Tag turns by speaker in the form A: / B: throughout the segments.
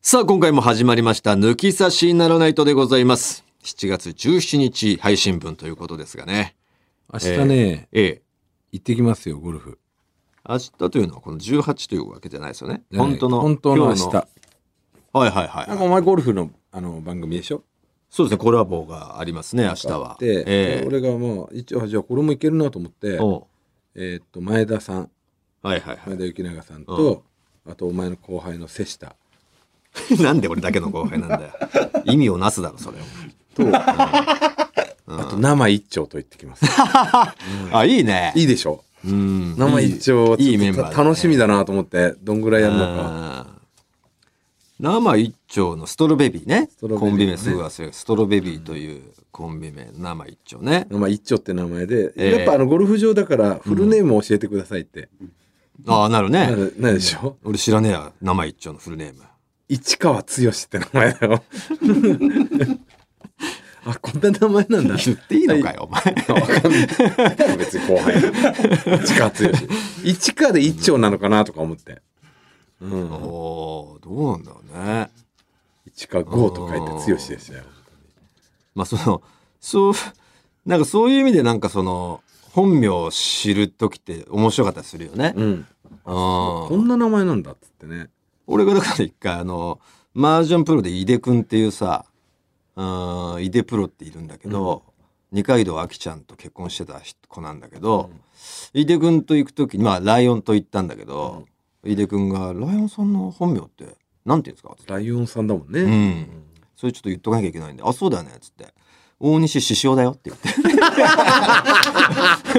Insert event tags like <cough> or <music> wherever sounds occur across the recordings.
A: さあ、今回も始まりました、抜き差しならないとでございます。7月17日配信分ということですがね。
B: 明日ね、
A: ええ。
B: 行ってきますよ、ゴルフ。
A: 明日というのはこの18というわけじゃないですよね。
B: じゃない
A: 本当の。
B: 本当の明日。
A: 今日
B: なんか
A: のはいはいはい。
B: お前ゴルフのあの番組でしょ
A: そうですね、コラボがありますね、明日は。
B: で、
A: ええ
B: 俺がもう、一応、じゃあこれもいけるなと思って、
A: おう
B: えーっと、前田さん、
A: はいはいは
B: 前田幸長さんと、あとお前の後輩の瀬下
A: い。なんで俺だけの後輩なんだよ。意味をなすだろ、それを。
B: と、あと生一丁と行ってき <laughs> ます。
A: あ、いいね。
B: いいでしょ
A: うん
B: 生一丁はちょっと
A: いいいいメンバーだね
B: た楽しみだなと思って、どんぐらいやるのか。
A: うん生一丁のストロベビーね。
B: トロベビ
A: コ
B: ーね
A: ンビ名すぐ忘れる。ストロベビーというコンビ名、生一丁ね。
B: 生一丁って名前で、
A: ええ
B: やっぱあのゴルフ場だからフルネームを教えてくださいって、
A: ああ、なる
B: な
A: ね。
B: るないでしょ、
A: 俺知らねえや、生一丁のフルネーム。
B: 市川剛って名前だよ。あ、こんな名前なんだ。
A: 言っていいのか <laughs> よ、お前。
B: あわかんない。別に後輩。市川剛。市川で一丁なのかなとか思って。うん。
A: おーどうなんだろうね。
B: 市川剛と書いて剛でしたよ。
A: まあ、その、そう、なんかそういう意味でなんかその、本名を知るときって面白かったりするよね。
B: うん。
A: うん
B: こんな名前なんだっつってね。
A: 俺がだから一回あのマージャンプロで井出くんっていうさうーん井出プロっているんだけど、二階堂あきちゃんと結婚してた子なんだけど、井出くんと行く時にまあライオンと行ったんだけど、井出くんが「ライオンさんの本名ってなんて言うんですか?」って
B: ライオンさんだもん
A: う
B: ね。
A: ん、それちょっと言っとかなきゃいけないんで「あそうだよね」っつって「大西獅子雄だよ」って言 <laughs> って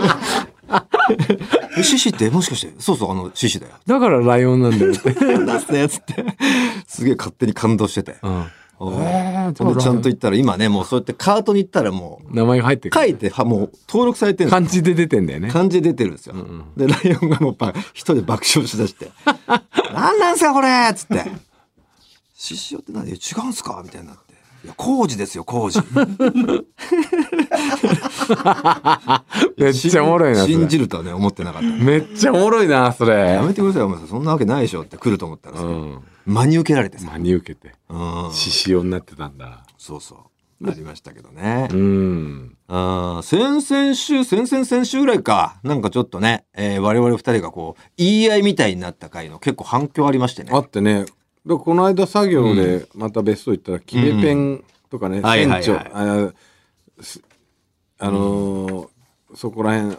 A: 「え獅子ってもしかしてそうそうあの獅子だよ」 <laughs>
C: だからライオンなんだよ
B: <laughs>
C: って。
A: 出すねっつってすげえ勝手に感動してて。
C: うん。
A: おい
C: え
A: ほんでちゃんと言ったら今ねもうそうやってカートに行ったらもう
C: 名前が入ってる。
A: 書いてはもう登録されてるんです
C: 漢字で出てんだよね。
A: 漢字出てるんですよ、でライオンがもうパ一人で爆笑しだして <laughs> 「何なんすかこれ!」っつって「獅子雄って何いや違うんすか?」みたいになって「いや工事ですよ工事」
C: めっちゃおもろいな、そ
A: 信
C: れ。
A: じるとはね思ってなかった
C: めっちゃおもろいな、それ
A: や。めてくださいお前さんそんなわけないでしょって来ると思ったらさ、
C: うん。
A: 真に受けられてさ、
C: 真に受けて。
A: うん、
B: 獅子雄になってたんだ。
A: そうそうありましたけどね、
C: うん。
A: あー先々週、先々先週ぐらいか、なんかちょっとね、えー我々二人がこう、言い合いみたいになった回の結構反響ありましてね。
B: あってね、だからこの間作業でまた別荘行ったら、キレペンとかね、
A: はいはいは
B: 船
A: い
B: 長、あすあのーそこら辺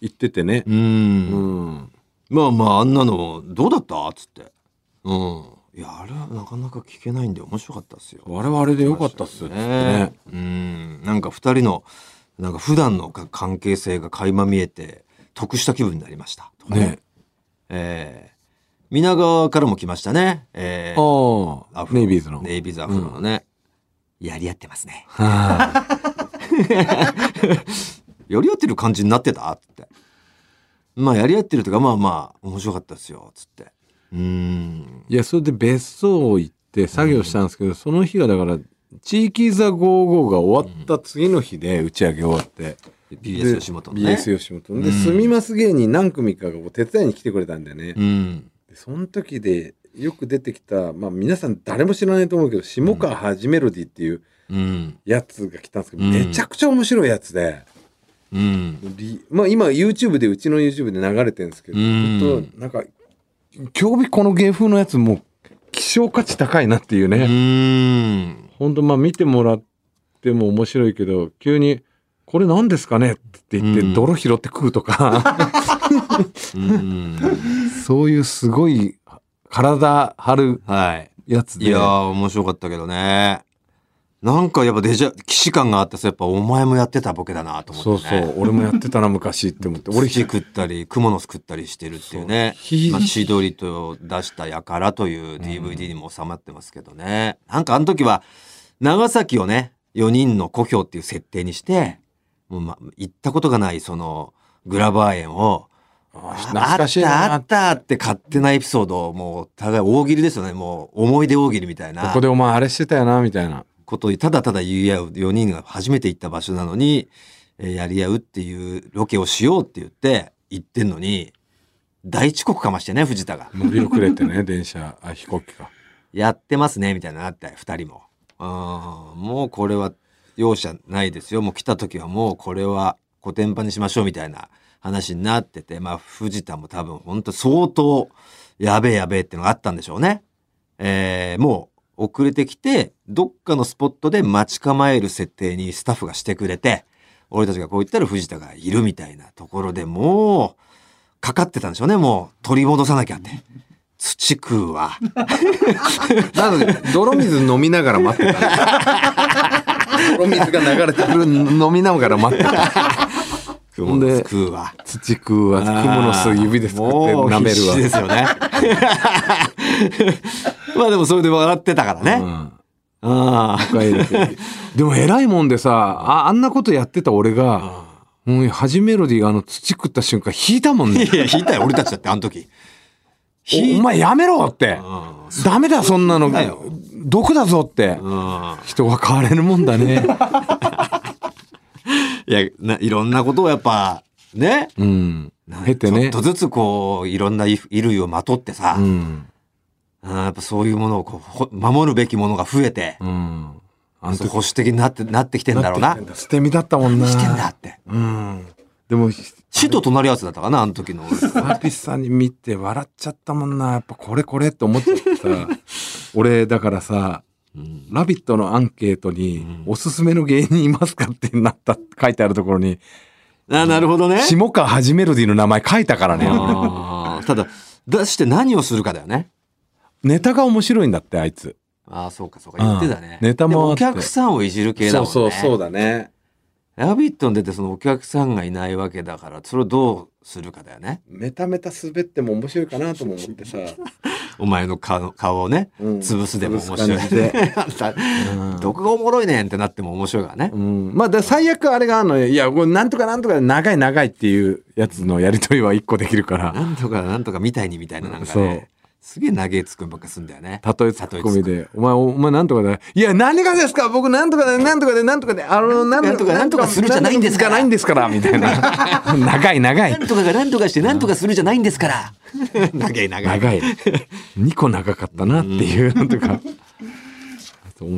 B: 行っててね
A: う、ん,、
B: うん、
A: まあまあ、あんなの、どうだったつって。うん。いや、あれはなかなか聞けないんで面白かったっすよ。
B: 我々でよかったっすよっつってね。
A: うん。なんか二人の、なんか普段のか関係性が垣間見えて、得した気分になりました。とか
B: ね。
A: えー皆川からも来ましたね。えー
B: あ
A: ア
B: あ、
A: フロ
B: ネイビーズの。
A: ネイビーズアフロのね、やり合ってますね。
B: はあ
A: <laughs> やり合ってる感じになってたって。まあやり合ってるとかまあまあ面白かったですよつって。うーん。
B: いや、それで別荘行って作業したんですけど、その日がだから、地域ザ55が終わった次の日で打ち上げ終わって。
A: BS 吉本のね。
B: ね。BS 吉本。
A: う
B: で、
A: ん
B: すみます芸人何組かがこう手伝いに来てくれたんだよね。
A: うん。
B: でその時でよく出てきた、まあ皆さん誰も知らないと思うけど、下川はじメロディっていう
A: うん。
B: やつが来たんですけど、
A: うん
B: めちゃくちゃ面白いやつで、
A: うん。
B: リまあ今 YouTube で、うちの YouTube で流れてるんですけど、
A: うん
B: ちょっとなんか、今日この芸風のやつもう希少価値高いなっていうね。
A: うーん。
B: ほんとまあ見てもらっても面白いけど急に「これ何ですかね?」って言っ
A: うん
B: て泥拾って食うとか、
A: うん。
B: そういうすごい体張る
A: はい。
B: やつで
A: いやー面白かったけどね。なんかやっぱデジャ、既視感があってさ、やっぱお前もやってたボケだなと思って、
B: そ
A: ね。
B: うそう俺もやってたな昔っ
A: <laughs>
B: て思って俺
A: 俺火食ったり蜘蛛の巣食ったりしてるっていうね
B: そうひ
A: まあ千鳥と出した「やから」という DVD にも収まってますけどね、なんかあの時は長崎をね4人の故郷っていう設定にしてもう、ま、行ったことがないそのグラバー園を
B: あ
A: あ
B: 懐かしい
A: あったあ
B: な
A: ったって勝手なエピソードをもう互い大喜利ですよねもう思い出大喜利みたいな
B: ここでお前あれしてたよなみたいな
A: ことをただただ言い合う4人が初めて行った場所なのに、えーやり合うっていうロケをしようって言って行ってんのに大遅刻かましてね藤田が <laughs>
B: 伸び遅れてね電車あ飛行機か
A: やってますねみたいなのあったよ2人もあーもうこれは容赦ないですよもう来た時はもうこれはコテンパンにしましょうみたいな話になっててまあ藤田も多分本当相当やべえやべえってのがあったんでしょうね。えーもう遅れてきてどっかのスポットで待ち構える設定にスタッフがしてくれて俺たちがこう言ったら藤田がいるみたいなところでもうかかってたんでしょうねもう取り戻さなきゃって土食うわ。
D: なので、泥水飲みながら待ってた。泥水が流れてくる飲みながら待ってた。
A: 蜘蛛の巣食うわ。
B: 土食うわ、蜘蛛の巣指ですくって
A: もう
B: 舐め
A: 必
B: るわ
A: 死。ですよ <laughs> ね。まあでもそれで笑ってたからね。
B: うん
A: ああ。
B: 帰るでも偉いもんでさああんなことやってた俺が、もう初メロディーがあの土食った瞬間引いたも
A: <laughs>
B: んね
A: いや、引いたよ、俺たちだって、あの時。
B: おお前やめろって
A: うん
B: ダメだそんなの
A: だよ
B: 毒だぞって
A: うん
B: 人は変われるもん
A: <laughs>
B: だね
A: いやないろんなことをやっぱね
B: うん経てね
A: ちょっとずつこういろんな衣衣類をまとってさ、
B: うん
A: あーやっぱそういうものをこうほ守るべきものが増えて、
B: うんあ
A: そう保守的になってなってきてんだろうな。
B: 捨て身だったもんな
A: してんだって。
B: うんでも
A: 死と隣り合わせだったかなあの時の俺。
B: サービスさんに見て笑っちゃったもんなやっぱこれこれって思っちゃってさ <laughs> 俺だからさ
A: うん
B: ラビットのアンケートに、
A: うん
B: おすすめの芸人いますかってなった、書いてあるところに、
A: あなるほどね。
B: 下川はじメロディの名前書いたからね。
A: あーただ出して何をするかだよね。
B: ネタが面白いんだって、あいつ。
A: ああそうかそうか言ってたね。
B: うんネタもあっ
A: で
B: て
A: お客さんをいじる系だもんね。
D: だね。
A: ラビットに出てそのお客さんがいないわけだから、それをどうするかだよね。
D: メタメタ滑っても面白いかなとも思って
B: <laughs>
D: さ。
A: お前の顔顔をね、
D: うん
A: 潰すでも面白
D: 潰す感じで
A: <laughs>
B: <laughs>
A: い。あんたどこがおもろいねんってなっても面白いからね
B: う。ん。まあ、だ最悪あれがあるのよ。いや、これなんとかなんとか長い長いっていうやつのやりとりは一個できるから。
A: なんとかなんとかみたいにみたいななんかね。すげえ長えツッコミばっかすんだよね。
B: たとえツッコミで、お前、お前なんとかだ。いや、何がですか僕なんとかで、なんとかで、なんとかで、あの、な
A: なんとかなんとかするじゃないんですから
B: ないんですから、みたいな。 <laughs> 長い長
A: ないん。とかがなんとかしてなんとかするじゃないんです
B: <laughs>
A: から。長い長い。
B: 長い。2個長かったなっていうのとか。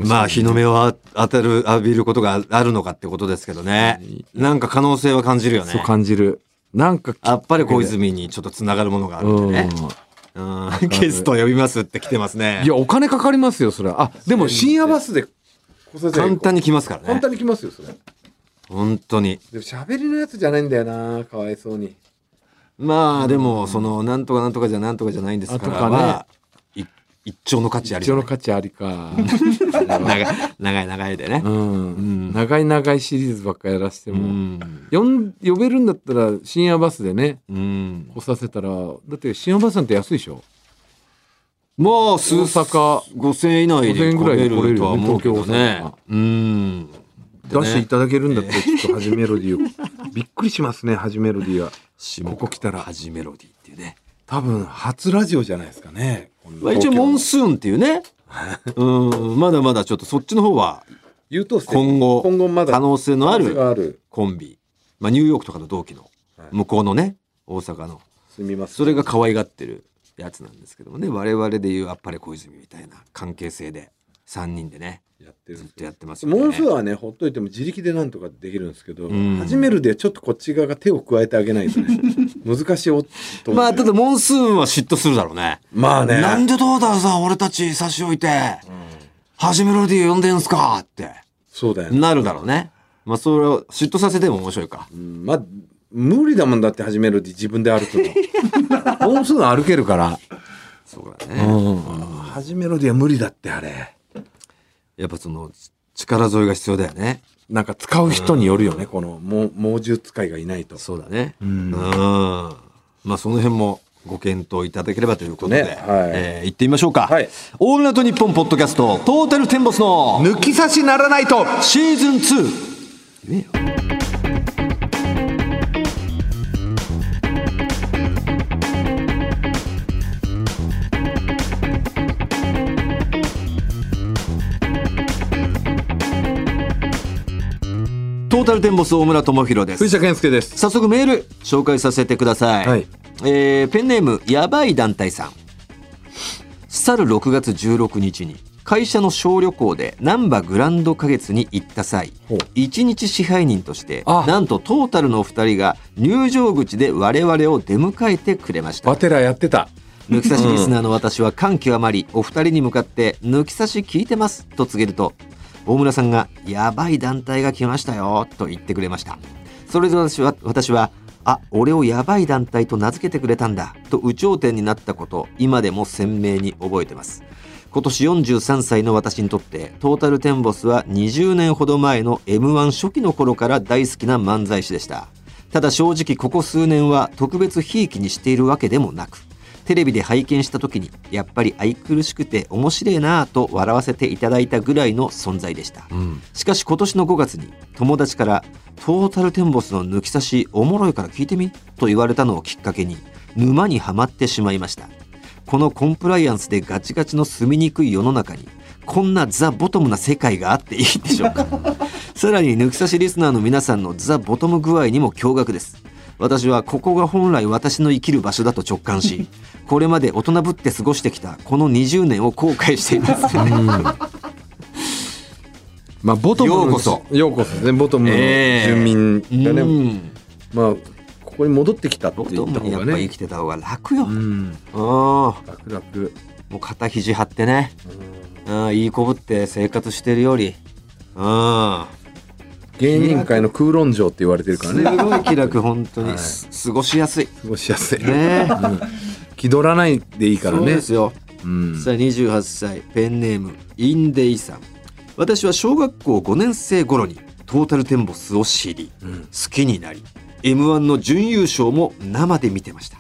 A: まあ日の目を当たる浴びることがあるのかってことですけどね。なんか可能性は感じるよね
B: そう。感じる。なんか、
A: やっぱり小泉にちょっとつながるものがある
B: うんん。
A: でね。うん <laughs> ゲスト呼びますって来てますね
B: い。や、お金かかりますよ、それは。あ、でも深夜バスで、
A: 簡単に来ますから
D: 簡
A: ね。
D: 単に来ますよ、それ。
A: 本当に。
D: でも喋りのやつじゃないんだよな、かわいそうに。
A: まあでもそのなんとかなんとかじゃなんとかじゃないんですから
B: あとかね
A: は、い一丁の価値あり
B: 一
A: じゃ
B: 応
A: な
B: の
A: い
B: 価値ありか。
A: 長い <laughs> 長い長いでね
B: う。
A: ん
B: ん。長い長いシリーズばっかやらして
A: う
B: も。
A: ん。
B: 呼ん呼べるんだったら深夜バスでね、
A: うん。
B: 来させたら、だって深夜バスなんて安いでしょ
A: まあ数
B: 大阪
A: 5000円以内で来れるとは思うけど
B: 5000ぐらい
A: ね
B: で来れるよね。
A: うん。
B: 出していただけるんだったら、ちょっと始めロデ
A: <laughs>
B: ィーを。びっくりしますね、始めロディーは。
A: こ
B: こ来たら
A: 初メロディーっていうね。
B: 多分初ラジオじゃないですかね。
A: まあ一応モンスーンってい
D: <laughs>
A: うね。うん。まだまだちょっとそっちの方は
D: 優等生
A: 今後
D: 今後まだ
A: 可能性のあ
D: 可能性が
A: る
D: ある
A: コンビ。まあニューヨークとかの同期の
D: はい
A: 向こうのね大阪の。
D: すみません
A: それが可愛がってるやつなんですけどもね我々でいうあっぱれ小泉みたいな関係性で3人でね
D: やってる
A: ず
D: ん
A: っ
D: です
A: とやってますよね
D: モンスーはねほっといても自力でなんとかできるんですけど、
A: うん
D: 始めるでちょっとこっち側が手を加えてあげないと
A: <laughs>
D: ね難しいおと思う
A: まあただモンスーンは嫉妬するだろうね
D: まあね
A: なんでどうだろうさ俺たち差し置いて初めロディー呼んでんすかって
D: そうだよね、
A: なるだろうねまあそれを嫉妬させても面白いか
D: うんまあ無理だもんだって始めるで自分で歩くの
A: <laughs>
B: 本数歩けるから。
A: そうだ
B: う
A: ね
B: ん。
D: 始めるでは無理だってあれ
A: やっぱその力添えが必要だよね
B: なんか使う人によるよね、こ
D: この猛猛獣使いがいないと
A: そうだね
B: うん
A: うんまあその辺もご検討いただければということで、
D: ねはい
A: えー行ってみましょうか、
D: はい
A: オールナイトニッポンポッドキャストトータルテンボスの
B: 抜き差しならないと
A: シーズン2言えよトータルテンボス大村智弘です
B: 藤田健介です。
A: 早速メール紹介させてください、
B: はい
A: えーペンネームやばい団体さん去る6月16日に会社の小旅行で難波グランド花月に行った際一日支配人として
E: あ
A: なんとトータルのお二人が入場口で我々を出迎えてくれました
E: バテラやってた
A: 抜き差しリスナーの私は感極まりお二人に向かって「抜き差し聞いてます」と告げると大村さんが「やばい団体が来ましたよ」と言ってくれましたそれで私は私は「あ俺をやばい団体と名付けてくれたんだ」と有頂天になったことを今でも鮮明に覚えてます今年43歳の私にとってトータルテンボスは20年ほど前の m 1初期の頃から大好きな漫才師でしたただ正直ここ数年は特別ひいきにしているわけでもなくテレビで拝見した時にやっぱり愛くるしくて面白いなぁと笑わせていただいたぐらいの存在でした、しかし今年の5月に友達から「トータルテンボスの抜き差しおもろいから聞いてみ」と言われたのをきっかけに沼にはまってしまいましたこのコンプライアンスでガチガチの住みにくい世の中にこんなザ・ボトムな世界があっていいんでしょうかさらに抜き差しリスナーの皆さんのザ・ボトム具合にも驚愕です私はここが本来私の生きる場所だと直感しこれまで大人ぶって過ごしてきたこの20年を後悔しています、
B: まあ、ボトムの
F: ようこそ
B: ようこそですねボトムの
F: ええ
B: 住民がね、
A: うん
B: まあここに戻ってきたって
A: ボ
B: 言
A: ト
B: った
A: ムに
B: 方
A: やっぱ
B: が
A: 生
B: ね
A: きてた方が楽よ、
B: うん
A: ああ
B: 楽々
A: もう肩肘張ってね、うん、いいこぶって生活してるよりうん
B: 芸人界の空論城って言われてるから
A: す
B: ね
A: ごい気楽本当に、
B: はい
A: す過ごしやすい
B: 過ごしやすい
A: ねえ
B: 気取らないでいいから
A: そう
B: ね
A: ですよ
B: うん
A: さあ28歳ペンネームインデイさん私は小学校5年生頃にトータルテンボスを知り、好きになり m 1の準優勝も生で見てました、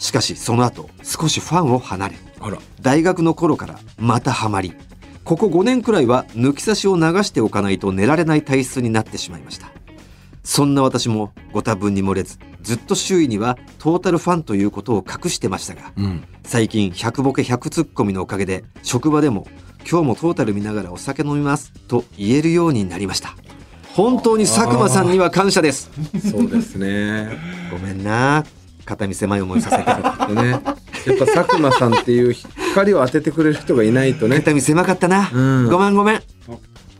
A: しかしその後少しファンを離れ
B: あら
A: 大学の頃からまたハマりここ5年くらいは抜き差しを流しておかないと寝られない体質になってしまいましたそんな私もご多分に漏れずずっと周囲にはトータルファンということを隠してましたが、最近100ボケ100ツッコミのおかげで職場でも「今日もトータル見ながらお酒飲みます」と言えるようになりました本当に佐久間さんには感謝です
B: そうですね
A: ごめんな肩身狭い思いさせて
B: でねやっぱ佐久間さんっていう光を当ててくれる人がいないと
A: <laughs>
B: ね
A: <laughs> 肩身狭かったな、
B: うん
A: ごめんごめん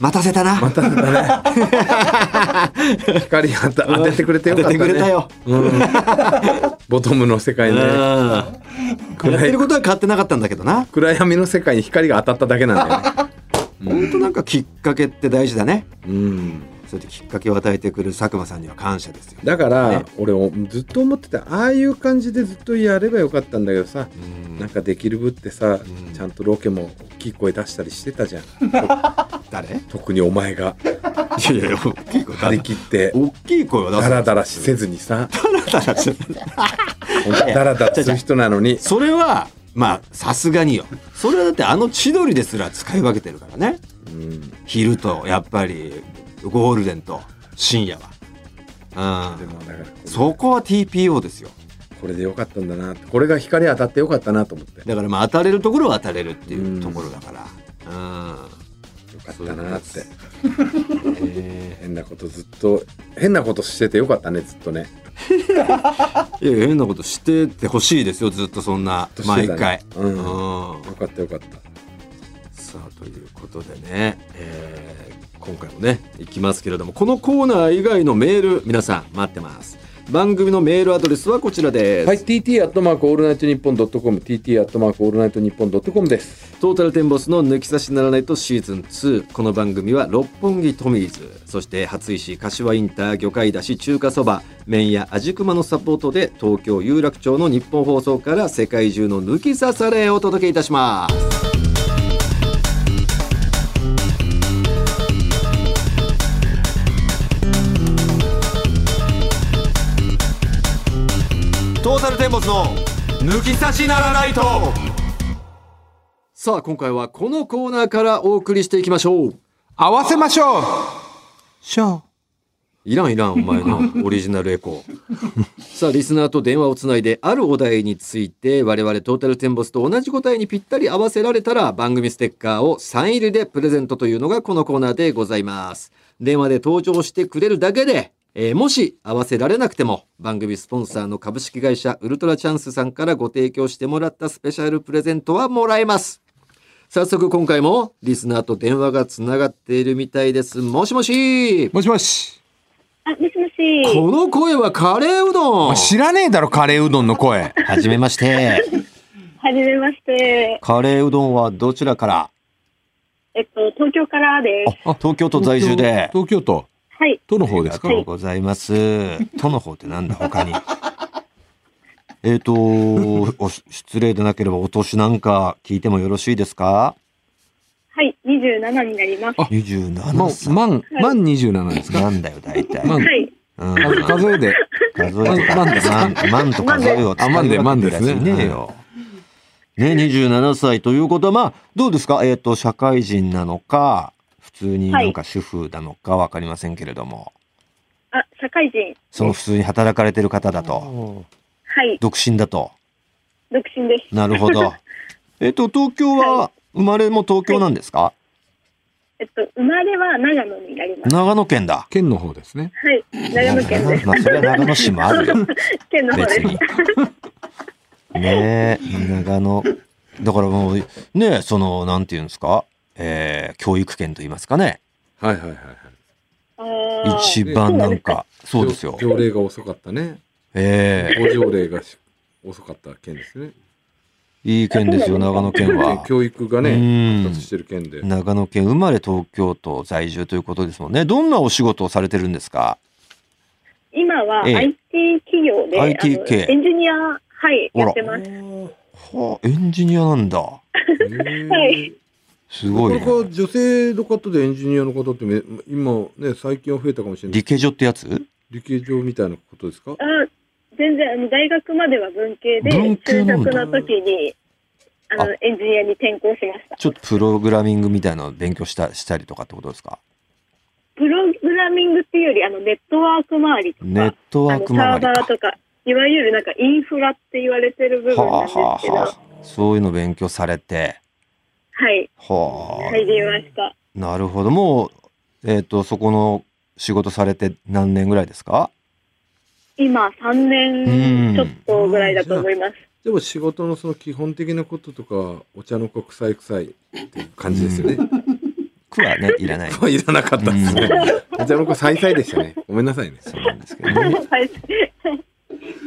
A: 待たせたな
B: まただね光当て当ててくれてよかったね
A: 当ててくれたよ、
B: うん、ボトムの世界ね
A: うんやってることは変わってなかったんだけどな
B: 暗闇の世界に光が当たっただけなんだよね
A: 本当なんかきっかけって大事だね
B: うん
A: <laughs> そうやってきっかけを与えてくれる佐久間さんには感謝ですよ
B: だから、俺ずっと思ってたああいう感じでずっとやればよかったんだけどさ、なんかできるぶってさ、ちゃんとロケも大きい声出したりしてたじゃん
A: 誰い
B: 特にお
A: <laughs>
B: 前が
A: やいや大きい声
B: 張り切
A: <laughs>
B: って
A: 大きい声は出
B: ダ
A: す
B: ラダラしせずに
A: <laughs>
B: さ
A: だから
B: ダラダラする人なのに
A: それはまあさすがによそれはだってあの千鳥ですら使い分けてるからね
B: うん
A: 昼とやっぱりゴールデンと深夜は
B: で
A: うん
B: もだからこれ
A: そこは TPO ですよ
B: これでよかったんだなってこれが光当たってよかったなと思ってよ
A: だからまあ当たれるところは当たれるっていうところだからうん
B: かったなって
A: え
B: 変なことずっと変なことしててよかったねずっとね
A: ーいやいや変なことしてってほしいですよずっとそんな
B: ずっとし
A: 毎
B: てたね
A: 回、
B: うん
A: うん
B: よかったよかった
A: さあということでね、えー今回もねいきますけれどもこのコーナー以外のメール皆さん待ってます番組のメールアドレスはこちらです、
B: はい、TT アットマークオールナイトニッポンドットコム、TT アットマークオールナイトニッポンドットコムです。
A: トータルテンボスの抜き差しならないとシーズン2この番組は六本木トミーズそして初石柏インター魚介だし中華そば麺屋味熊のサポートで東京有楽町の日本放送から世界中の抜き差されをお届けいたしますトータルテンボスの抜き差しならないとさあ今回はこのコーナーからお送りしていきましょう
E: 合わせましょうショー
A: いらんいらんお前のオリジナルエコーさあリスナーと電話をつないであるお題について我々トータルテンボスと同じ答えにぴったり合わせられたら番組ステッカーをサイン入りでプレゼントというのがこのコーナーでございます電話で登場してくれるだけで、えーもし合わせられなくても番組スポンサーの株式会社ウルトラチャンスさんからご提供してもらったスペシャルプレゼントはもらえます早速今回もリスナーと電話がつながっているみたいです。もしもし
B: もしもし。
G: あ、もしもし。
A: この声はカレーうどん
B: あ知らねえだろ、カレーうどんの声。
A: はじめまして。
G: はじめまして。
A: カレーうどんはどちらから
G: えっと、東京からです。
B: あ
A: 東京都在住で。
B: 東京都。
G: はい。
B: 都の方
A: あ
B: で
A: り
B: す
A: が
B: か
A: とうございます。都の方ってなんだ、他に。えっと、お失礼でなければお年なんか聞いてもよろしいですか
G: はい。27になります。
B: あ
A: ?27
B: もう、
A: 歳。
B: 満、満27ですか。
A: なんだよ、大体。
B: 満
G: はい。
A: うん
B: あ数えで。
A: 数えと
B: マ
A: か、
B: ンマンですか
A: マンマンと数えを使
B: あマンで
A: う
B: マ
A: わ
B: ン
A: け
B: ですね
A: いねえよ。ね、27歳ということは、まあ、どうですかえっ、と、社会人なのか、普通になんか主婦なのかわかりませんけれども、
G: あ、社会人。
A: その普通に働かれてる方だと、
G: はい。
A: 独身だと。
G: 独身です。
A: なるほ
G: <laughs>
A: ど。えっと、東京は、生まれも東京なんですか、
G: えっと、生まれは長野になります。
A: 長野県だ。
B: 県の方ですね。
G: はい。長野県です。
A: まあ、それは長野市もあるよ。
G: <laughs> 県の方
A: 別
G: です。
A: に。ねえ、長野。だからもう、ねえ、その、なんていうんですか、えー、教育圏と言いますかね。
H: はいはいはいはい
G: あー
A: 一番なんか、そうですよ。
H: 条例が遅かったね
A: え
H: 法条例がし遅かった県ですね
A: えいい県ですよ、長野県は。
H: 教育が
A: う
H: ね
A: ん
H: 発達してる県で
A: 長野県生まれ東京都在住ということですもんね。どんなお仕事をされてるんですか
G: 今は
A: ええ
G: IT 企業で、
A: IT
G: あの
A: 系
G: エンジニア、はい、
A: あら
G: やってます。
A: はあ、エンジニアなんだ。
G: はい
A: すごい、
H: なか。
A: ね
H: なか女性の方でエンジニアの方ってめ今ね最近は増えたかもしれない
A: 理系所ってやつ
H: 理系上みたいなことですか
G: あ全然あの、大学までは文系で、
A: 文系
G: 就
A: なんだ
G: 職の時に、あの
A: あ
G: エンジニアに転校しました。
A: ちょっとプログラミングみたいなのを勉強したしたりとかってことですか
G: プログラミングっていうより、あの、ネットワーク周りとか、
A: ネットワーク
G: あ
A: 周
G: の
A: り
G: サーバ
A: か
G: ー。とか、いわゆるなんかインフラって言われてる部分なん
A: は
G: です
A: あは
G: け
A: あ
G: ど、
A: はあ、そういうの勉強されて、
G: はい、
A: はあ、
G: 入りました。
A: なるほど。もう、えっ、と、そこの仕事されて何年ぐらいですか
G: 今、
A: うん
G: 3年ちょっとぐらいだと思います。
H: でも仕事のその基本的なこととかお茶の子臭い臭いっていう感じですよね。
A: 苦はね、いらない。
H: まあいらなかったですね。お茶の子臭い臭いでしたね。ごめんなさいね。
A: そうなんですけどね。
G: <laughs> はい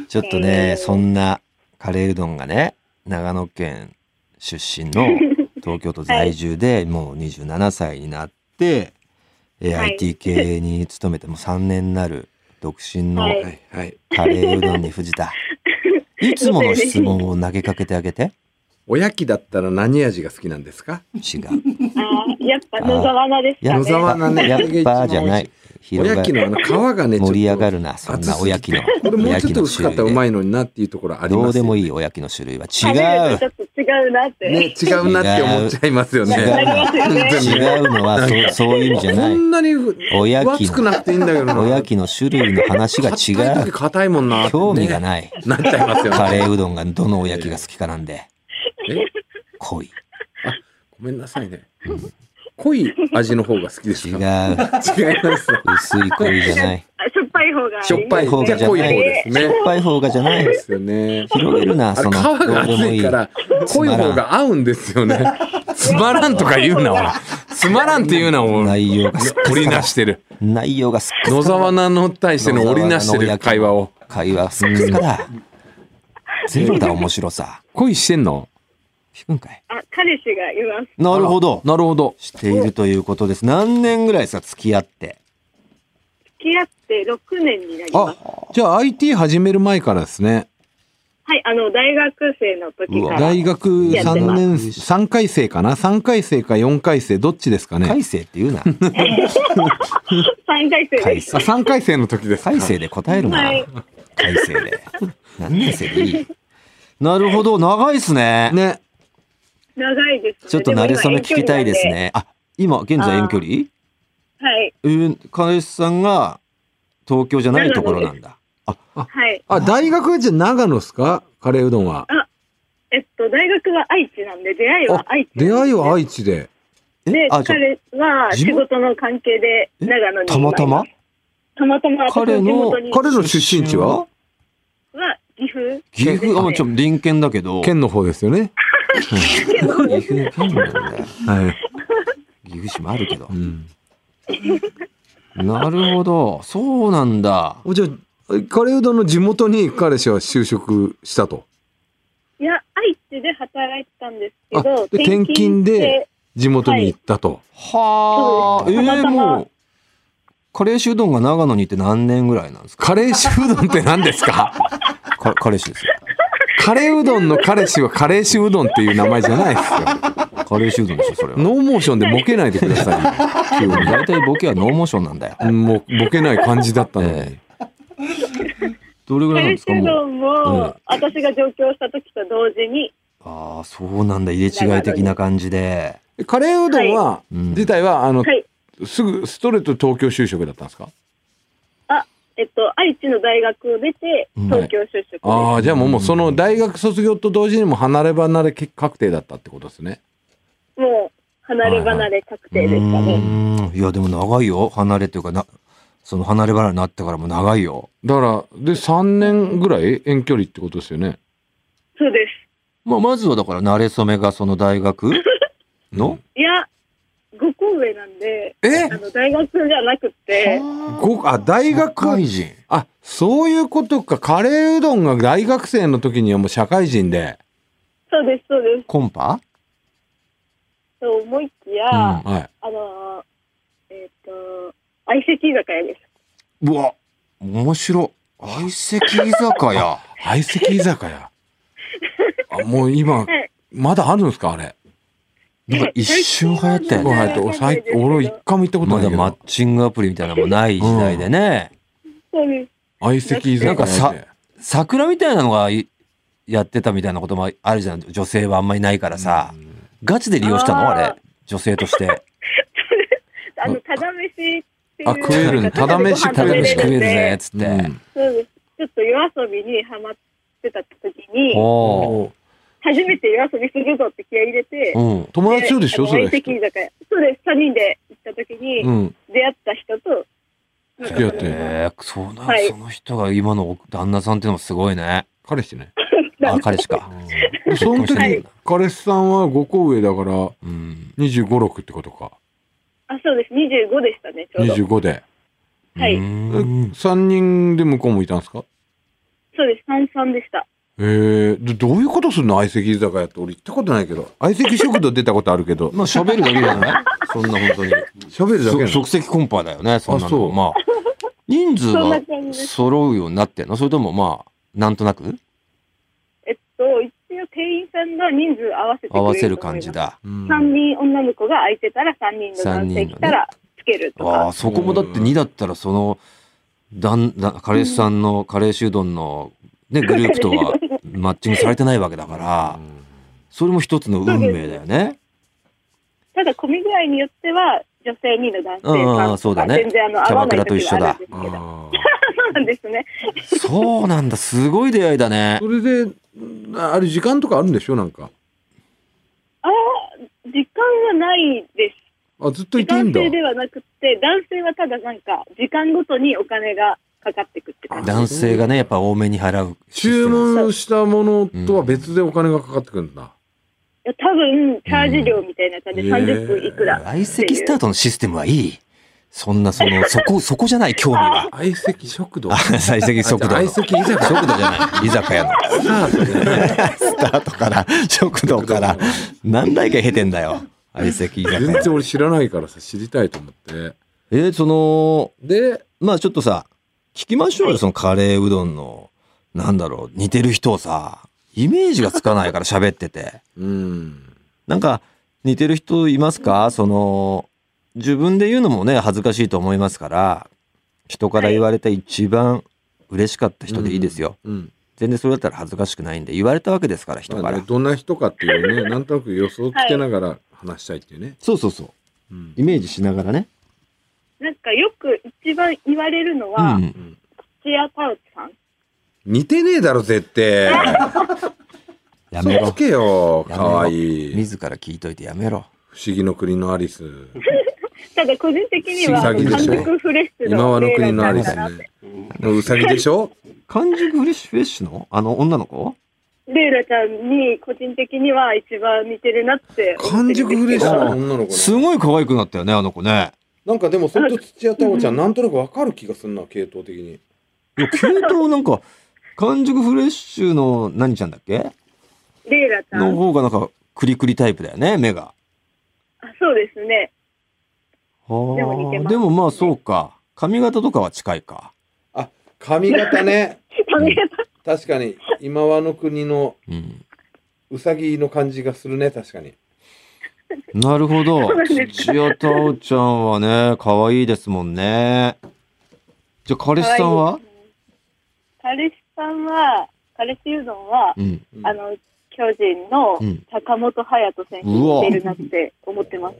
A: ちょっとね、
G: えー
A: そんなカレーうどんがね、長野県出身の東京都在住で、もう27歳になって、えー
G: はい
A: IT 系に勤めてもう3年になる独身の
G: はい
H: はいはい。
A: カレーうどんに藤田。いつもの質問を投げかけてあげて。
H: おやきだったら何味が好きなんですか？
A: 違う。
G: あーやっぱ野沢菜です
A: や
G: か
H: 野
A: っ
G: ね。
H: 沢菜ね
A: やっぱじゃない。
H: お
A: 広
H: や
A: が
H: きのあの皮がね、
A: 盛り上が
H: る。
A: るな、そんなおやきの。
H: これもうちょっと薄かったらうまいのになっていうところありますよ
A: ど
H: ね。
A: うでもいいおやきの種類は
G: 食べ
A: 違
G: る
A: う
G: と。ちょっと違うなって。
H: ね、違うなって思っちゃいますよね。
A: 違
G: なりますよね。
A: 違うのはそうそういう意味じゃな
H: こ
A: い。
H: んなに
A: おや
H: 分
A: き
H: 厚くなくていいんだけどな。
A: おやきの種類の話が違
H: 硬い時
A: う。
H: 硬いもんな。
A: 興味が
H: ね
A: ない。
H: なっちゃいますよ
A: カ
H: ね。
A: レーうどんがどのおやきが好きかなんで。
H: え
A: 濃い。
H: ごめんなさいね。濃い味の方が好きで
A: 違
H: す
A: う
H: か。。違います。
A: 薄い濃いじゃない。
G: あしょっぱい方がいい。
H: しょっぱい方
A: じ
H: じ
A: ゃ
H: ゃ
A: ない
H: 濃い方ですね
A: しょっ。ぱい方がじゃな
H: そう
A: い
H: で。すよね。
A: 広げるな、
H: あれ
A: そ
H: 皮が
A: の。どうでも
H: 厚
A: い
H: い
A: い
H: から。濃い方が合うんですよね。
B: つまらんとか言うな、おい。つまらんって言うな、おい。
A: 内容がすっかり
B: 織りなしてる。
A: 内容がすっかり
H: 野沢菜の対しての織りなしてる会話を。
A: 会話すっかりだ。ゼロだ、面白さ。
B: 恋してんの
A: 聞くんかい。
G: あ、彼氏がいます。
A: なるほど。
B: なるほど。
A: しているということです。何年ぐらいさ、付き合って。
G: 付き合って6年になりま
B: あ
G: す。、
B: じゃあ IT 始める前からですね。
G: はい、あの、大学生の時
A: うわ
G: から。
B: 大学
G: やって
B: 3
G: ます
B: 年、3回生かな ?3 回生か4回生、どっちですかね
A: 改正って言うな。
G: 3回生
A: 改
G: で
A: 正
B: あ、。3回生の時ですか
A: 改正で答える
G: す。
A: な。
G: はい。
A: 改正で。何年生でいいなるほど、長いですね。
B: ね。
G: 長いです、ね。
A: ちょっと慣れ初め聞きたいです
G: も今遠距離なん
A: ね。あ、今、現
G: で。
A: 在遠距離
G: はい。
A: えー、彼氏さんが東京じゃないところなんだ。
G: はい。
B: あ、大学じゃ長野っすかカレーうどんは。
G: えっと、大学は愛知なんで、出会いは愛知なん
B: 出
G: ですね、
B: 会いは愛知で。
G: で、
A: あ、じゃあ
G: 彼は
A: 地
G: 仕
A: 元
G: 事の関係で
A: え
G: 長野に
A: たまたま
G: たまたま私
A: 彼
G: の地
A: の
G: 元に
B: 彼の出身地は
G: は岐阜
A: 岐阜、あ、
G: はい
A: ちょっと隣県だけど、
B: 県の方ですよね。
G: ですけど、
A: 岐阜県なんだよ。
B: はい。
A: 岐阜市もあるけど
B: う。ん。
A: なるほど。そうなんだ。
B: おじゃあ、カレーうどんの地元に彼氏は就職したと。
G: いや、愛知で働いてたんですけど、
B: あで転勤で
G: して
B: 地元に行ったと。
A: はあ。
G: そう
A: え
G: です
A: ー、
G: たまたま
A: もう、カレーシうどんが長野に行って何年ぐらいなんですか
B: カレーシうどんって何です
G: <laughs>
B: か
A: か彼氏ですよ。
B: カレーうどんの彼氏はカレーシうどんっていう名前じゃないですよ。
A: カレーシうどんですよ、それは。
B: ノーモーションでボケないでくださ
A: 急に <laughs> 大体ボケはノーモーションなんだよ。
B: い。もうボケない感じだったのに。
A: えどれぐらいなん
G: 彼
A: ですか
G: 氏う
A: もう。
G: どんも、私が上京した時と同時に、
A: ああ、そうなんだ。入れ違い的な感じで。
B: えカレーうどんは、
A: うん
B: 自体はあの、
G: はい、
B: すぐストレート東京就職だったんですか
G: えっと、愛知の大学を出て、東京就職です。
B: ああじゃあもう,、
A: うん
B: もうその大学卒業と同時にもう離れ離れけ確定だったってことですね。
G: もう、離れ離れ確定でしたね。
A: うーんいや、でも長いよ。離れっていうかな、その離れ離れになってからも長いよ。
B: だからで3年ぐらい遠距離ってことですよね。
G: そうです。
A: まあ、まずはだから、慣れ初めがその大学の、
G: いや、5個上なんで、
B: え
G: あの大学じゃなくて、
B: ごあ大
A: 社会
B: 学
A: 人。
B: あそういうことかカレーうどんが大学生の時にはもう社会人で、
G: そうです、そうです。
A: コンパ
G: と思いきや、
A: うん
G: あ
B: はい、
G: のー、えっ、と、相席居酒屋です。
A: うわ、面白。相席居酒屋。
B: 相席居酒
G: <laughs>
B: 屋あもう今
G: はい
B: まだあるんですかあれ
A: なんか一瞬流行ったよ
B: ごめん
A: ね。
B: なさい俺俺一回も行ったこと
A: ま
B: ない
A: だ
B: けど、
A: マッチングアプリみたいなのもない時代でね。
G: そうです。
B: 相席居酒屋
A: なんかさ
B: で
A: 桜みたいなのがいやってたみたいなこともあるじゃん女性はあんまりないからさ、ガチで利用したの
G: あー
A: あれ女性として
G: あの、ただ飯っていう。
B: あ食えるのただ飯
G: なん
A: た
G: か
A: だ飯食え
G: ご飯
A: る
G: 食べれ
A: ぜ
G: て
A: っつって、
B: うん
G: そうです。ちょっと夜遊びにハマってた時に、
A: おお、
B: お
G: 初めて夜遊びするぞって気合い入れて、
A: うん、
B: 友達よでしょそ
G: あの
B: れ
G: 相席居酒屋。そうです。三人で行った時に、
B: うん
G: 出会った人と、
B: 付き合って
A: えー、そうな、
G: はい
A: その人が今の旦那さんっていうのもすごいね
B: 彼氏ね
A: あ彼氏か、
B: その時、
A: はい
B: 彼氏さんは5個上だから
A: うん、
B: 25、6ってことか。
G: あ、そうです。25でしたね、ちょうど。
B: 25で。
G: はいう
A: ーん
B: 3人で向こうもいたんですか
G: そうです。33でした。
B: えー、でどういうことするの相席居酒屋って俺行ったことないけど。相席食堂出たことあるけど。
A: まあ喋るだけじゃないそんな本当に
B: 喋るだけな
A: そ
B: の
A: 即席コンパだよねそんな
B: あそ
A: の
B: う
A: まあ人数
G: そん
A: が
G: な感じです
A: 揃うようになってんのそれともまあなんとなく
G: えっと、一応店員さんが人数合わせてくれると
A: 合
G: 思い
A: わ
G: ます
A: せる感じ。だ
B: うん
G: 3人女の子が空いてたら3人の男性来たらつけると
A: わあ
G: か。
A: そこもだって2だったらそのだんだカレー師さんのカレーシうどんの、ね、グループと
G: <laughs>
A: はマッチングされてないわけだからそれも一つの運命だよね。
G: ただ、混み具合によっては、女性2の男性
A: ああ
G: 3
A: そう
G: と
A: だ
G: か、
A: ね
G: 全然あの合わない時はあるんですけ
B: あー
G: ど。そうなんですね。
A: そうなんだすごい出会いだね
B: そ。れで、あれ時間とかあるんでしょなんか。
G: ああ、時間はないです。
B: あ、ずっといていい
G: 男
B: んだ。
G: 性ではなくて、男性はただなんか、時間ごとにお金がかかってくって感じ。
A: 男性がねやっぱ多めに払うシス
B: 注
A: テム。
B: 文したものとは別でお金がかかってくるんだ。
G: いや多分、チャージ料みたいな感じで
B: うん
G: 30分いくら。
A: 相席スタートのシステムはいい。そんなそのそ <laughs> こそこじゃない興味は。
B: 相席
A: <laughs>
B: 食堂
A: あ相席速度の。
B: 相席居酒屋。
A: 速度じゃない居酒屋の。
B: スタートじゃない
A: スタートから食堂から何台か経てんだよ相席居酒
B: 全
A: 屋。
B: 然俺知らないからさ、知りたいと思って。
A: えー、その
B: で、
A: まあちょっとさ聞きましょうよそのカレーうどんのなんだろう似てる人をさイメージがつかないから喋ってて
B: うん。
A: なんか似てる人いますかその自分で言うのもね恥ずかしいと思いますから人から言われて一番嬉しかった人でいいですよ、
B: うん。
A: 全然それだったら恥ずかしくないんで言われたわけですから人
B: ま
A: か
B: あ
A: ら、
B: ね、どんな人かっていうね、なん <laughs> となく予想つけながら話したいっていうね。
A: そうそうそう
B: うん
A: イメージしながらね
G: なんかよく一番言われるの
A: う
G: は、
A: ん
G: 土屋太鳳さん。
B: 似てねえだろ、絶対。
A: やめ
B: 嘘
A: ろ
B: つけよ、
A: やめろ
B: 可愛い
A: 自ら聞いといてやめろ
B: 不思議の国のア <laughs> リス。
G: ただ個人的には
B: 詐欺で
G: 韓
B: しょ
G: 国フレッシュ
B: 今
G: の
B: はの
G: レ
B: 国
G: イラン
B: の
G: さ
B: ア
G: ん
B: リ
G: だ
B: ス
G: なって
B: ね。うさぎでしょ
A: 完熟フレッシュフレッシュのあの女の子
G: レイラちゃんに個人的には一番似てるなって思って
I: 完
G: る
I: 熟
G: ん
I: フレ
G: で
I: ッシ
G: すけ
I: ュ
G: ど
I: な女の子
A: す
I: ね
A: ごい可愛くなったよねあの子ね
I: なんかでもそれと土屋太鳳ちゃんなんとなくわかる気がするな系統的に
A: いや系統なんか完熟フレッシュの何ちゃんだっけ
G: レイラちゃ
A: の
G: ん。
A: 方がなんかクリクリタイプだよね目が
G: あそうですね。
A: あー
G: でも似てます
A: でもまあそうか髪型とかは近いか
I: 髪型ね
G: 髪型
I: 確かに今和の国の
A: うん
I: うさぎの感じがするね確かに
A: なるほど
G: そうなんです
A: 土屋太鳳ちゃんはね可愛いですもんねじゃあ彼氏さんは
G: 彼氏さんは、彼氏うどんは、
A: うん
G: あの、巨人の
A: うん
G: 坂本隼人選手に似てるなって思ってます。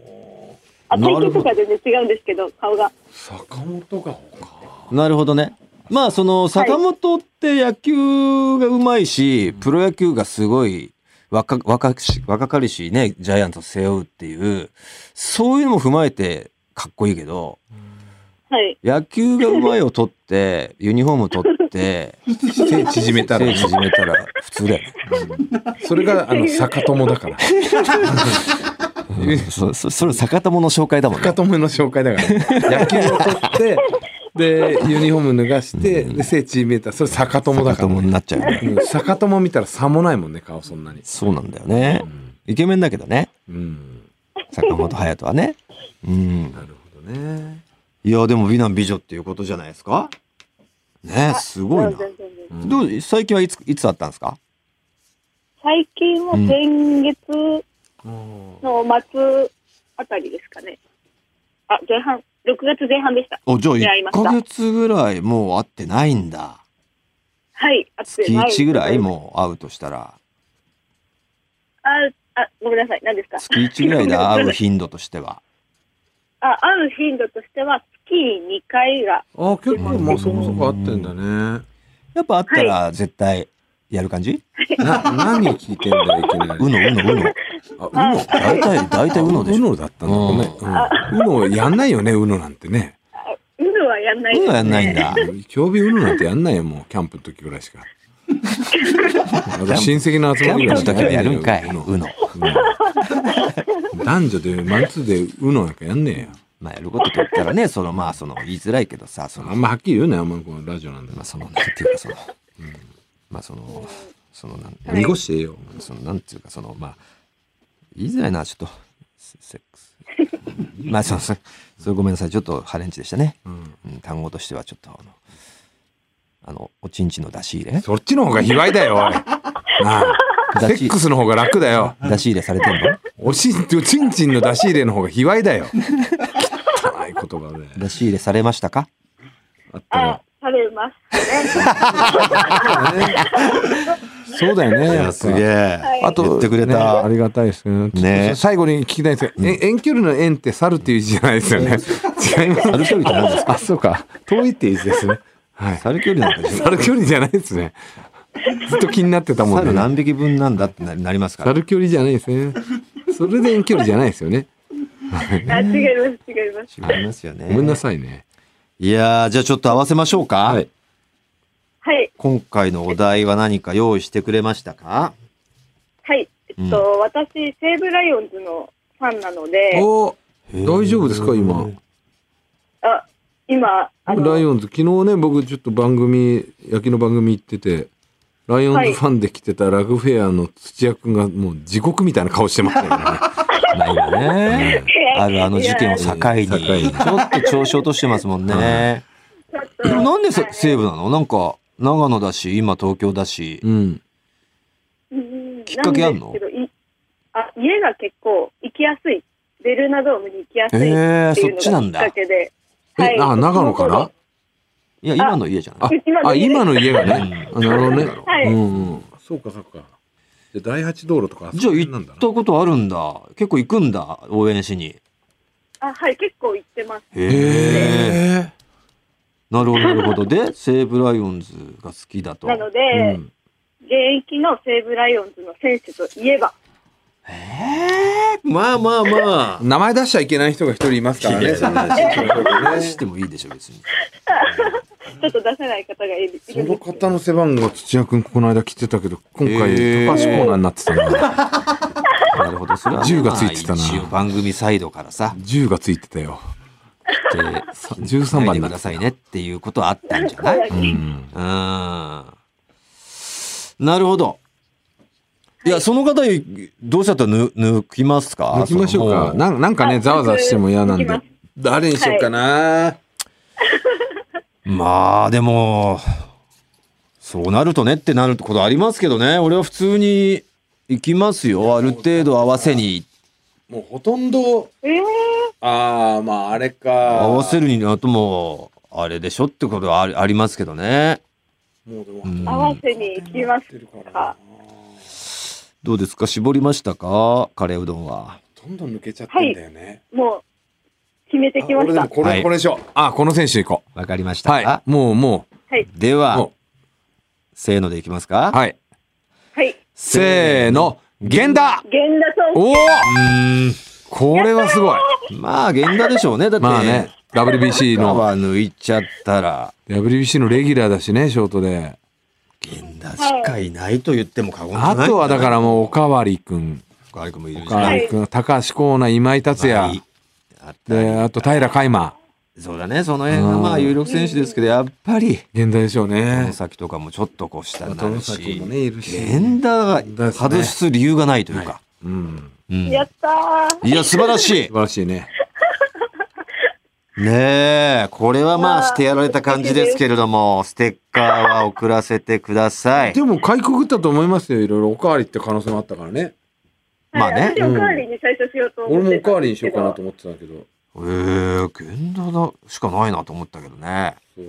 G: あ、
A: なる
G: 体
A: ほど
G: 型とか全然違うんですけど、顔が。
I: 坂本が
A: なるほどね。まあその坂本って野球がうまいし、プロ野球がすごい若若くし若かりしねジャイアンツを背負うっていうそういうのも踏まえてかっこいいけど
G: はい。
A: 野球がうまいを取ってユニフォームを取って
B: 手縮めたら
A: 手縮めたら普通だよね。
B: それがあの坂友だから
A: うん <laughs> そそそれ坂友の紹介だもんね
B: 坂。友の紹介だから <laughs> ね野球を取ってでユニフォーム脱がしてで聖地メーターそれ坂友だ
A: 坂
B: から
A: 友になっちゃうよね。
B: うん坂友見たら差もないもんね顔そんなに
A: そうなんだよね
B: う。ん
A: イケメンだけどね
B: うん
A: 坂本隼人はね。うん。
B: なるほどね
A: いや、でも美男美女っていうことじゃないですかねえ、すごいな。
G: 全然全然
B: うん
A: どう最近はいつ、いつあったんですか
G: 最近は先月の末あたりですかね。あ、前半、6月前半でした。
A: お、じゃあ
G: 出会い
A: 1
G: ました
A: ヶ月ぐらいもう会ってないんだ。
G: はい、あって
A: 月
G: ない
A: 1ぐらいもう会うとしたら、
G: あ、あ、ごめんなさい、何ですか
A: 月1ぐらいで会う頻度としては。
G: あ、会う頻度としては、月2回が、
B: あ結構まあそこそこ合ってんだね
A: やっぱ会ったら絶対やる感じ、
B: な何聞いてんだよいきなり
A: うのうのうの。
B: あうの
A: 大体、大体うのでし
B: う
A: ょ。
B: のだったんだごめんうんうのやんないよねうのなんてね
G: うのはやんないで
A: <laughs> うの
G: す、ね。
A: やんないんだ。
B: 競技うのなんてやんないよもうキャンプの時ぐらい
A: <laughs>
B: しか私親戚の集
A: キャ
B: まり
A: ンプ
B: ぐらい
A: の
B: しか
A: 時はやるんかい。
B: うの
A: うの。
B: うん男女でマンツーでうのなんかやんねえよ
A: まあやることと言ったらね、そのまあその言いづらいけどさ、その
B: あんまはっきり言うなよお前このラジオなんだか
A: ま
B: ら
A: あそのなんていうかその、まあそのそのなん、
G: はい
B: 濁してええよ
A: そのなんていうかそのまあ言いづらいなちょっとセセック <laughs> スまあそのそそれごめんなさいちょっとハレンチでしたね、
B: うん
A: うん、単語としてはちょっとあのあのおちんちんの出し入れ
B: そっちの方が卑猥だよおい
A: <laughs>
B: なあセ
A: 出し
B: ックスの方が楽だよ
A: 出し入れされてんの
B: おしんおちんちんの出し入れの方が卑猥だよ汚い言葉で
A: 出し入れされましたか
B: あったら
G: あ、食べます。
B: そうだよね。やっぱ
A: え
G: はい
A: あと言ってくれ
B: ね
A: た、
B: ありがたいですね。
A: ね
B: 最後に聞きたいんですけど、え遠距離の遠って猿っていう字じゃないですよね。違います。
A: 猿距離と何です
B: あ、そうか。遠いっていう字ですね。はい。
A: 猿距離なんか
B: 猿距離じゃないですね。ずっと気になってたも
A: 猿
B: んね。
A: 何匹分なんだってななりますから
B: 猿距離じゃないですね。それで遠距離じゃないですよね。
G: あ、違います、違います。
A: 違いますよね
B: ごめんなさいね。
A: いやーじゃあちょっと合わせましょうか、
B: はい
G: はい、
A: 今回のお題は何か用意してくれましたか
G: はい。えっと、私、西武ライオンズのファンなので、
B: お大丈夫ですか今。
G: あ、今、あの、
B: ライオンズ昨日ね僕ちょっと番組野球の番組行っててライオンズファンで来てたラグフェアの土屋君がもう地獄みたいな顔してましたよね。
A: まあ今ね、あるあの事件を境に、
B: 境に
A: ちょっと調子落としてますもんね。
G: ちょっと
A: なんでさ西武なのなんか、長野だし、今東京だし、
B: うん、
G: うん
A: きっかけあんの
G: なんですけどいあ、家が結構行きやすい。ベルーナドームに行きやすいって
A: へー
G: い
A: そっち
G: う
A: な
G: の
A: ん
G: が
A: だ
G: きっかけで。
B: えあ長野から
A: いや、今の家じゃない
B: ああ今の家がね、あなるほどね、
G: はい
B: うんうん、
I: そうかそうかじゃあ第八道路とかあそ
A: じゃあ
I: こら辺
A: 行
I: なん
A: っ
I: だな
A: たことあるんだ。結構行くんだ、応援しに。
G: あ、はい、結構行ってます。
A: へえ。なるほど、なるほど。で、西武ライオンズが好きだと。
G: なの
A: え
G: で、
B: うん
G: 現役の西武ライオンズの選手といえば、
A: えまあまあま
I: 名前出しちゃいけない人が一人いますからね。そんな人
A: あ。してもいいでしょ、別に。
G: ちょっと出せない方がいるいるんです
B: <laughs> そ
G: けど
B: の方の背番号が土屋くんこの間来てたけど、今回
A: えー
B: 高橋コーナーになってたな。
A: なるほど。それはね
B: 銃がついてた
A: ま
B: な
A: あ一応番組サイドからさ、
B: 10がついてたよ。
A: で
B: 13
A: 書
B: 番
A: いて
B: だ
A: くださいねっていうことはあったんじゃないう
B: うんん。
A: ん。なるほど。いや、その方、どうしちゃったらぬ抜きますか
B: 抜きましょう
A: そ
B: か。
A: の
B: なんなんかね、
G: あ
B: ざわざわしても嫌なん
G: 抜きま
B: で
G: す。
B: 誰にしようかな。
A: まあ、でも、そうなるとねってなることありますけどね。俺は普通に行きますよ。ある程度合わせに、
H: もうほとんど、
G: えー、
H: ああ、まああれか。
A: 合わせるになるともう、あれでしょってことはありありますけどね。
H: もうでも
A: うん
G: 合わせに行きますか。
A: どうですか絞りましたかカレーうどんは。
H: どんどん抜けちゃってんだよね。
G: もう、決めてきま
H: 俺
G: し
H: で
G: た
H: も。こ
A: は
H: れ、
A: い
H: これでしょ。
B: あ、この選手行こ
A: わかりまし
B: う。
A: たか、
B: はい。もうも
A: では
B: お、
A: せーのでいきます
B: う。
A: か、
B: はい。
G: はい。
B: せーの、源田
G: 源田さん、
B: おおこれはすごい。
A: まあ、源田でしょうね。だって、
B: まあね、WBC
A: 今
B: の、
A: は抜いちゃったら、
B: WBC のレギュラーだしね、ショートで。
A: 源田しかいないと言っても過言じゃない
B: あ
A: んじゃない。
B: とはだからもう、おかわりくん、
A: 岡田君もいるし、
B: おかわりくん、高橋光成、今井達
A: まあいい、
B: 也
A: あったり
B: で、あと平海馬、
A: そうだね、その辺がまあ有力選手ですけど、やっぱり、
B: 現代でしょうね
A: 外。崎とかもちょっとこう下になるし、
B: もね、いるし。
A: 源田が外す理由がないというか。
B: うん。
A: うん
G: やったー。
A: いや、素晴らしい
G: <laughs>
B: 素晴らしいね。
A: ねえ、これはまあしてやられた感じですけれども、ステッカーは送らせてください
B: で。も、かいくぐったと思いますよ。いろいろおかわりって可能性もあったからね。
A: まあね
G: はい私おかわりに最初しようと思
B: 俺
G: ってた
B: もおか
G: んですけど。
B: わりにしようかなと思ってたんだけど。
A: ええ源田だしかないなと思ったけどね。
B: そう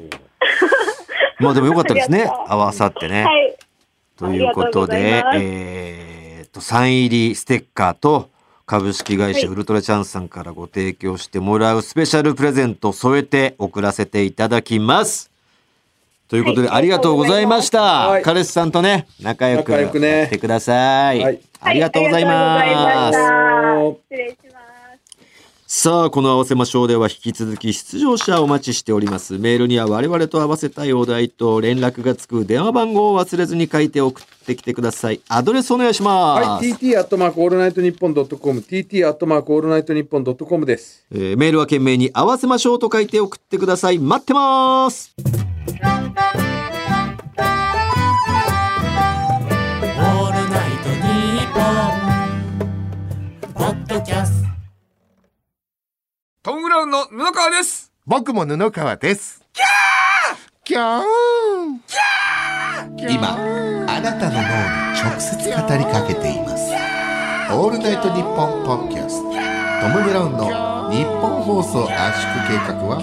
A: まあでもよかったです
G: あ
A: ね
G: りがと。う
A: 合わさってね。
G: はい。
A: ということで
G: ありが、とうござい
A: えーっと、サイン入りステッカーと、株式会社
G: はい
A: ウルトラチャンスさんからご提供してもらうスペシャルプレゼント添えて送らせていただきます。ということで、
G: はい
A: ありがとうございました。
H: はい
A: 彼氏さんとね、仲良く
H: 仲良くね
A: やってください。
H: はい
A: ありがとうござい
G: はあ
A: ま
G: りが
A: す
G: とうござ
H: お
G: い。ま
H: ー
G: した。失礼します。
A: さあ、この合わせましょうでは引き続き出場者をお待ちしております。メールには我々と合わせたいお題と連絡がつく電話番号を忘れずに書いて送ってきてください。アドレスお願いしま
H: は
A: す。
H: い、TT アットマークオールナイトニッポンドットコム、TT アットマークオールナイトニッポンドットコムです。
A: えーメールは懸命に合わせましょうと書いて送ってください。待ってます。
J: 「オールナイトニッポン」「ポッドキャスト」
K: トム・ブラウンの布川です
L: 僕も布川です。キャーキャー今、あなたの脳に直接語りかけています。オールナイトニッポンポッドキャスト。トム・ブラウンの日本放送圧縮計画は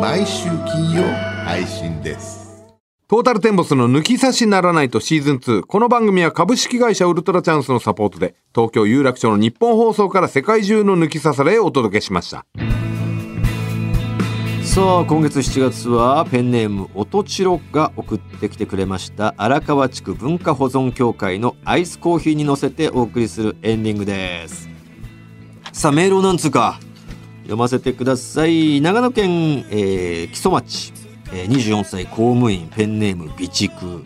L: 毎週金曜配信です。
B: トータルテンボスの抜き差しならないとシーズン2。この番組は株式会社ウルトラチャンスのサポートで、東京有楽町の日本放送から世界中の抜き差されをお届けしました。
A: さあ、今月7月はペンネーム音チロが送ってきてくれました荒川地区文化保存協会のアイスコーヒーに乗せてお送りするエンディングです。さあ、メールをなんつうか読ませてください。長野県、えー木曽町、えー24歳公務員ペンネーム備蓄。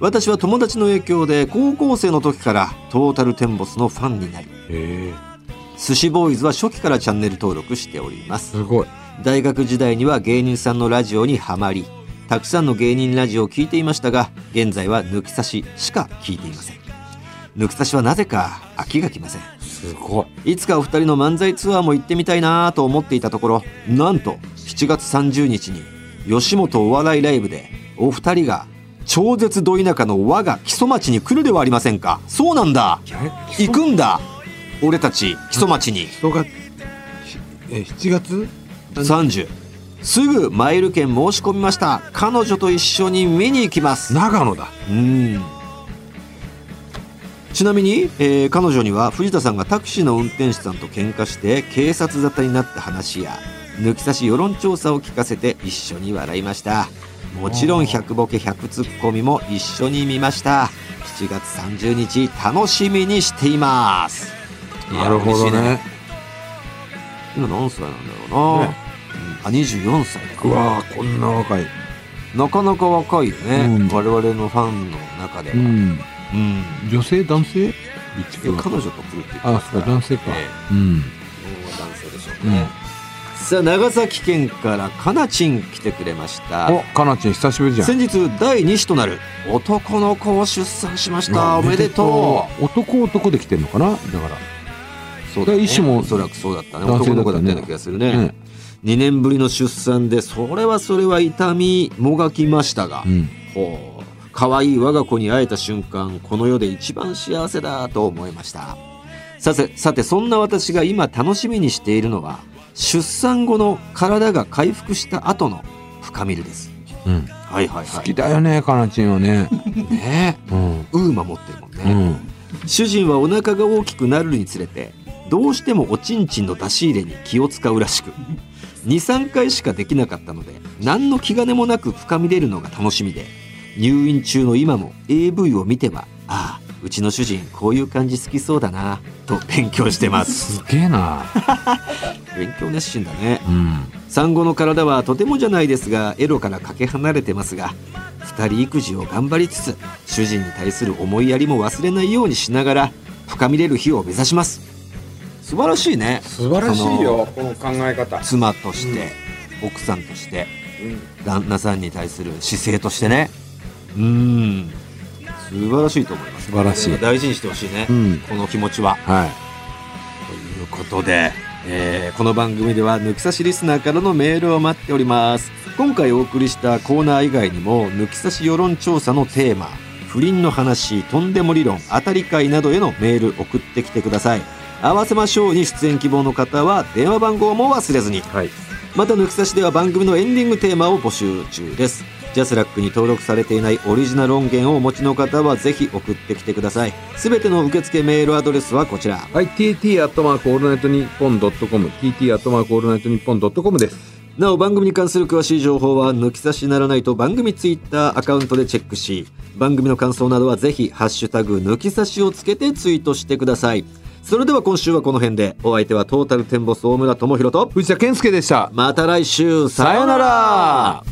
A: 私は友達の影響で高校生の時からトータルテンボスのファンになり、寿司ボーイズは初期からチャンネル登録しております。
B: すごい。
A: 大学時代には芸人さんのラジオにはまりたくさんの芸人ラジオを聞いていましたが現在は抜き差ししか聞いていません抜き差しはなぜか飽きがきません
B: すごい。
A: いつかお二人の漫才ツアーも行ってみたいなと思っていたところなんと7月30日に吉本お笑いライブでお二人が超絶ど田舎の我が木曽町に来るではありませんかそうなんだ行くんだ俺たち木曽町に
B: 人が、え、7月
A: 30すぐマイル券申し込みました彼女と一緒に見に行きます
B: 長野だ。
A: うんちなみに、えー彼女には藤田さんがタクシーの運転手さんと喧嘩して警察沙汰になった話や抜き差し世論調査を聞かせて一緒に笑いましたもちろん100ボケ100ツッコミも一緒に見ました7月30日楽しみにしていますいや
B: なるほど
A: 嬉しい
B: ね。
A: 今何歳なんだろうな、
B: ね
A: うんあ24歳か
B: うわーこんな若い。
A: なかなか若いよね、
B: うん
A: 我々のファンの中では、
B: うん
A: うん
B: 女性男性
A: え彼女と来るって言って
B: あ
A: ます
B: そ
A: か
B: う
A: ら
B: か男性か、
A: え
B: うん
A: え男性でしょうね、さあ長崎県からかなちん来てくれました
B: おかなちん久しぶりじゃん
A: 先日第2子となる男の子を出産しましたおめでと
B: う男男で来てるのかなだから
A: うそうだね
B: 第一子も
A: おそらくそうだったね
B: 男性
A: 男
B: だったね
A: の子だったような気がするね、
B: うん
A: 2年ぶりの出産でそれはそれは痛みもがきましたが、
B: うん
A: ほう可愛い我が子に会えた瞬間この世で一番幸せだと思いましたさてさてそんな私が今楽しみにしているのは出産後の体が回復した後の深みるです
B: うん
A: はいはいはい
B: 好きだよねかなちんはね
A: ね
B: うん
A: ウーマ持ってるもんね、
B: うん
A: 主人はお腹が大きくなるにつれてどうしてもおちんちんの出し入れに気を使うらしく23回しかできなかったので何の気兼ねもなく深み出るのが楽しみで入院中の今も AV を見てはああうちの主人こういう感じ好きそうだなと勉強してます
B: すげえな
A: <laughs> 勉強熱心だね
B: うん
A: 産後の体はとてもじゃないですがエロからかけ離れてますが2人育児を頑張りつつ主人に対する思いやりも忘れないようにしながら深みれる日を目指します素晴らしいね
H: 素晴らしいよこの考え方
A: 妻として、奥さんとして、旦那さんに対する姿勢としてねうん素晴らしいと思います
B: 素晴らしい
A: 大事にしてほしいね、
B: うん
A: この気持ちは
B: はい
A: ということで、えーこの番組では抜き差しリスナーからのメールを待っております今回お送りしたコーナー以外にも抜き差し世論調査のテーマ不倫の話とんでも理論当たり会などへのメール送ってきてください合わせましょうに出演希望の方は電話番号も忘れずに、また抜き差しでは番組のエンディングテーマを募集中ですジャスラックに登録されていないオリジナル音源をお持ちの方はぜひ送ってきてくださいすべての受付メールアドレスはこちら
B: はい TT アットマークオールナイトニッポンドットコム TT アットマークオールナイトニッポンドットコムです
A: なお番組に関する詳しい情報は抜き差しならないと番組ツイッターアカウントでチェックし番組の感想などはぜひ「ハッシュタグ抜き差し」をつけてツイートしてくださいそれでは今週はこの辺でお相手はトータルテンボス大村智広と
B: 藤田健介でした
A: また来週さようなら